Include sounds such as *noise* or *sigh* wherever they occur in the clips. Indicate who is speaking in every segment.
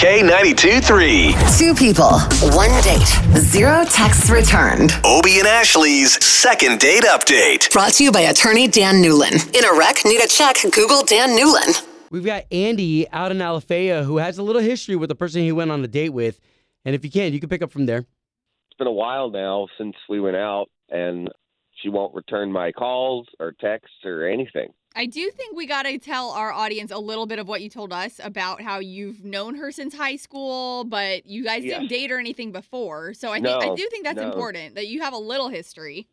Speaker 1: K92 3.
Speaker 2: Two people, one date, zero texts returned.
Speaker 1: Obie and Ashley's second date update.
Speaker 2: Brought to you by attorney Dan Newlin. In a wreck, need a check, Google Dan Newlin.
Speaker 3: We've got Andy out in Alafaya who has a little history with the person he went on a date with. And if you can, you can pick up from there.
Speaker 4: it's been a while now since we went out and she won't return my calls or texts or anything.
Speaker 5: I do think we got to tell our audience a little bit of what you told us about how you've known her since high school, but you guys
Speaker 4: Yeah.
Speaker 5: didn't date or anything before. So I, think, I
Speaker 4: No,
Speaker 5: do think that's
Speaker 4: no.
Speaker 5: important that you have a little history.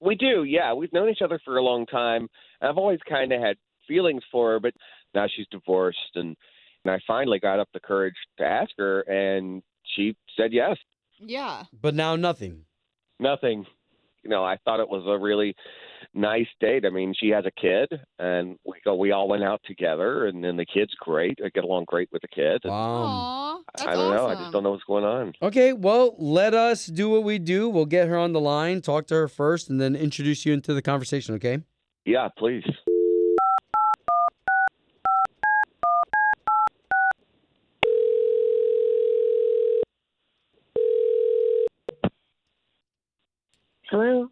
Speaker 4: We do, yeah. We've known each other for a long time. And I've always kind of had feelings for her, but now she's divorced and and I finally got up the courage to ask her and she said yes.
Speaker 5: Yeah.
Speaker 3: But now nothing.
Speaker 4: Nothing. You know, I thought it was a really nice date. I mean, she has a kid and we go we all went out together and then the kid's great. I get along great with the kid.
Speaker 3: Wow.
Speaker 5: Aww. That's
Speaker 4: I don't
Speaker 5: awesome.
Speaker 4: know. I just don't know what's going on.
Speaker 3: Okay, well, let us do what we do. We'll get her on the line, talk to her first, and then introduce you into the conversation, okay?
Speaker 4: Yeah, please.
Speaker 6: Hello.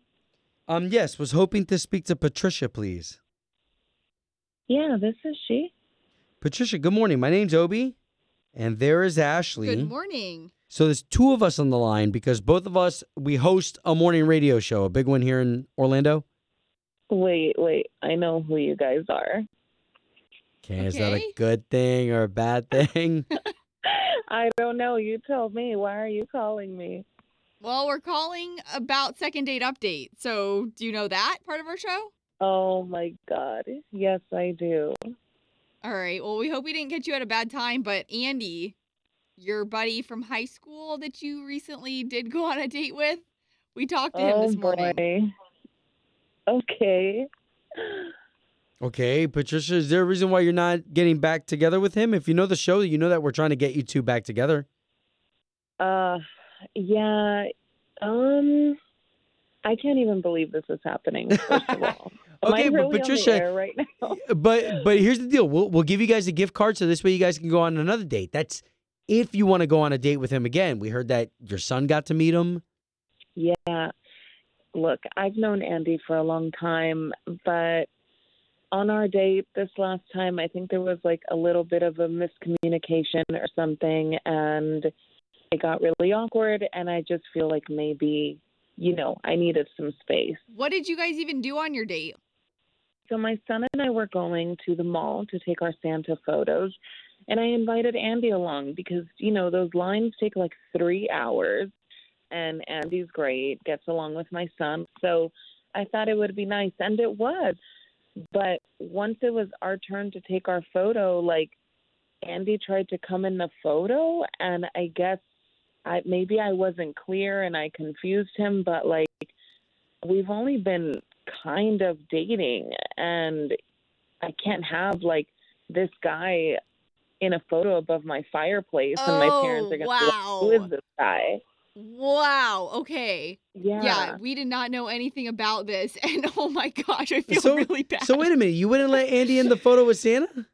Speaker 3: Um, yes, was hoping to speak to Patricia, please.
Speaker 6: Yeah, this is she.
Speaker 3: Patricia, good morning. My name's Obi, and there is Ashley.
Speaker 5: Good morning.
Speaker 3: So there's two of us on the line because both of us we host a morning radio show, a big one here in Orlando.
Speaker 6: Wait, wait. I know who you guys are.
Speaker 3: Okay, is that a
Speaker 5: Okay.
Speaker 3: good thing or a bad *laughs* thing?
Speaker 6: I don't know. You tell me. Why are you calling me?
Speaker 5: Well, we're calling about second date update. So do you know that part of our show?
Speaker 6: Oh my God. Yes, I do.
Speaker 5: All right. Well, we hope we didn't get you at a bad time, but Andy, your buddy from high school that you recently did go on a date with, we talked to him
Speaker 6: oh
Speaker 5: this morning.
Speaker 6: boy. Okay.
Speaker 3: okay, Patricia, is there a reason why you're not getting back together with him? If you know the show, you know that we're trying to get you two back together.
Speaker 6: Uh, yeah. Um, I can't even believe this is happening. First of all. Am I
Speaker 3: *laughs* Okay, but
Speaker 6: really on the
Speaker 3: Patricia-
Speaker 6: air right now.
Speaker 3: *laughs* But but here's the deal. We'll we'll give you guys a gift card so this way you guys can go on another date. That's if you want to go on a date with him again. We heard that your son got to meet him.
Speaker 6: Yeah. Look, I've known Andy for a long time, but on our date this last time, I think there was like a little bit of a miscommunication or something, and it got really awkward. And I just feel like maybe, you know, I needed some space.
Speaker 5: What did you guys even do on your date?
Speaker 6: So my son and I were going to the mall to take our Santa photos, and I invited Andy along because you know those lines take like three hours, and Andy's great, gets along with my son. So I thought it would be nice, and it was. But once it was our turn to take our photo, like Andy tried to come in the photo, and I guess I maybe I wasn't clear and I confused him, but like we've only been kind of dating and I can't have like this guy in a photo above my fireplace and my parents
Speaker 5: Oh,
Speaker 6: are gonna be like, who
Speaker 5: wow.
Speaker 6: is this guy?
Speaker 5: Wow. Okay.
Speaker 6: Yeah.
Speaker 5: Yeah. we did not know anything about this, *laughs* and oh my gosh, I feel
Speaker 3: So-
Speaker 5: really bad.
Speaker 3: So wait a minute, you wouldn't let Andy in the photo with Santa?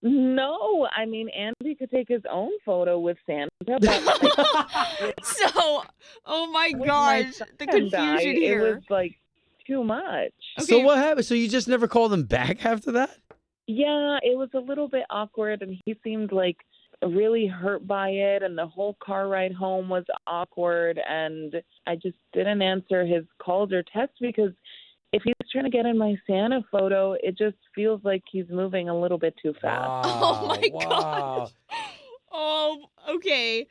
Speaker 6: No, I mean Andy could take his own photo with Santa, but
Speaker 3: *laughs*
Speaker 5: *laughs* So, oh my
Speaker 6: with my
Speaker 5: gosh, the
Speaker 6: son and
Speaker 5: confusion
Speaker 6: I,
Speaker 5: here.
Speaker 6: It was like too much.
Speaker 3: So
Speaker 5: Okay.
Speaker 3: what happened? So you just never called him back after that?
Speaker 6: Yeah, it was a little bit awkward, and he seemed like really hurt by it. And the whole car ride home was awkward, and I just didn't answer his calls or texts because if he's trying to get in my Santa photo, it just feels like he's moving a little bit too *laughs* fast.
Speaker 5: Oh my gosh. Oh, okay.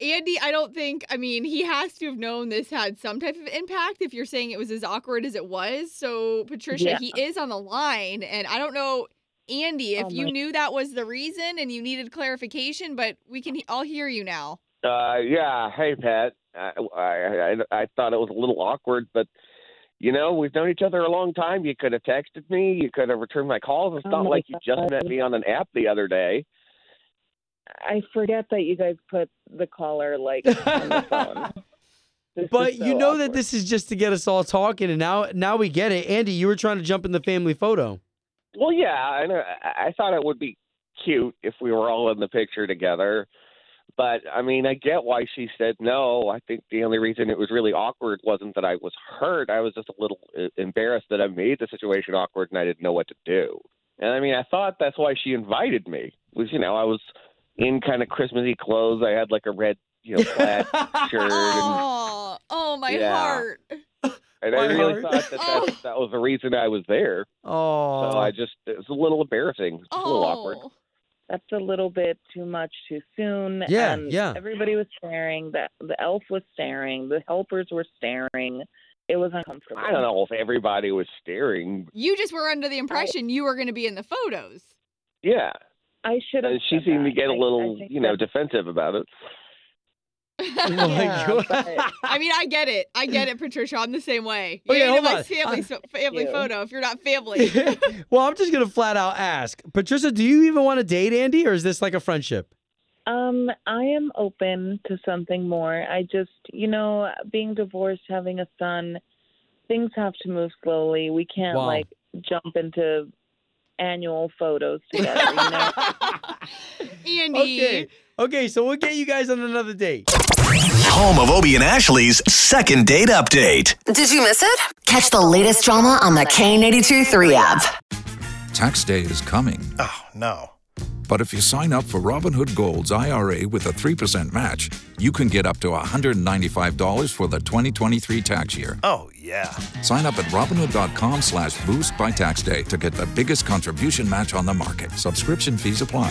Speaker 5: Andy, I don't think, I mean, he has to have known this had some type of impact if you're saying it was as awkward as it was. So, Patricia,
Speaker 6: Yeah.
Speaker 5: he is on the line, and I don't know Andy, if
Speaker 6: Oh
Speaker 5: you
Speaker 6: my-
Speaker 5: knew that was the reason and you needed clarification, but we can he- all hear you now.
Speaker 4: Uh, yeah. Hey, Pat. I, I I I thought it was a little awkward, but you know we've known each other a long time. You could have texted me. You could have returned my calls. It's
Speaker 6: Oh
Speaker 4: not
Speaker 6: my
Speaker 4: like you just
Speaker 6: God.
Speaker 4: met me on an app the other day.
Speaker 6: I forget that you guys put the caller like on the
Speaker 3: *laughs*
Speaker 6: phone. This is
Speaker 3: But you
Speaker 6: so
Speaker 3: know that
Speaker 6: awkward.
Speaker 3: this is just to get us all talking, and now now we get it. Andy, you were trying to jump in the family photo.
Speaker 4: Well, yeah, and I, I thought it would be cute if we were all in the picture together. But I mean, I get why she said no. I think the only reason it was really awkward wasn't that I was hurt. I was just a little uh, embarrassed that I made the situation awkward and I didn't know what to do. And I mean, I thought that's why she invited me. Was you know, I was in kind of Christmassy clothes. I had like a red, you know, plaid
Speaker 3: *laughs*
Speaker 4: shirt and
Speaker 5: Oh, oh my
Speaker 4: Yeah.
Speaker 5: heart.
Speaker 4: and
Speaker 3: My
Speaker 4: I
Speaker 3: heart.
Speaker 4: really thought that that, that was the reason I was there.
Speaker 3: Oh,
Speaker 4: So I just it was a little embarrassing, It's a little awkward.
Speaker 5: Oh.
Speaker 6: that's a little bit too much too soon.
Speaker 3: Yeah,
Speaker 6: and
Speaker 3: yeah.
Speaker 6: Everybody was staring. The the elf was staring. The helpers were staring. It was uncomfortable.
Speaker 4: I don't know if everybody was staring.
Speaker 5: You just were under the impression you were going to be in the photos.
Speaker 4: Yeah,
Speaker 6: I should have.
Speaker 4: and she
Speaker 6: said
Speaker 4: seemed to
Speaker 6: that.
Speaker 4: get a
Speaker 6: I- I
Speaker 4: little,
Speaker 6: think
Speaker 4: you know,
Speaker 6: that-
Speaker 4: defensive about it.
Speaker 5: *laughs*
Speaker 3: Oh my
Speaker 6: Yeah,
Speaker 3: God.
Speaker 6: but-
Speaker 5: I mean, I get it. I get it, Patricia. I'm the same way.
Speaker 3: Okay,
Speaker 5: You're in
Speaker 3: hold
Speaker 5: my
Speaker 3: on.
Speaker 5: Family,
Speaker 3: I- *laughs*
Speaker 5: so- family
Speaker 6: you.
Speaker 5: photo if you're not family.
Speaker 3: well, I'm just gonna flat out ask, Patricia, do you even want to date Andy, or is this like a friendship?
Speaker 6: Um, I am open to something more. I just, you know, being divorced, having a son, things have to move slowly. We can't
Speaker 3: Wow.
Speaker 6: like *laughs* jump into annual
Speaker 5: *laughs*
Speaker 6: photos together. You know?
Speaker 5: Andy.
Speaker 3: Okay, okay, so we'll get you guys on another date.
Speaker 1: Home of Obie and Ashley's second date update.
Speaker 2: Did you miss it? Catch the latest drama on the K82 3 app.
Speaker 7: Tax day is coming.
Speaker 8: Oh, no.
Speaker 7: But if you sign up for Robinhood Gold's IRA with a 3% match, you can get up to $195 for the 2023 tax year.
Speaker 8: Oh, yeah.
Speaker 7: Sign up at Robinhood.com slash boost by tax day to get the biggest contribution match on the market. Subscription fees apply.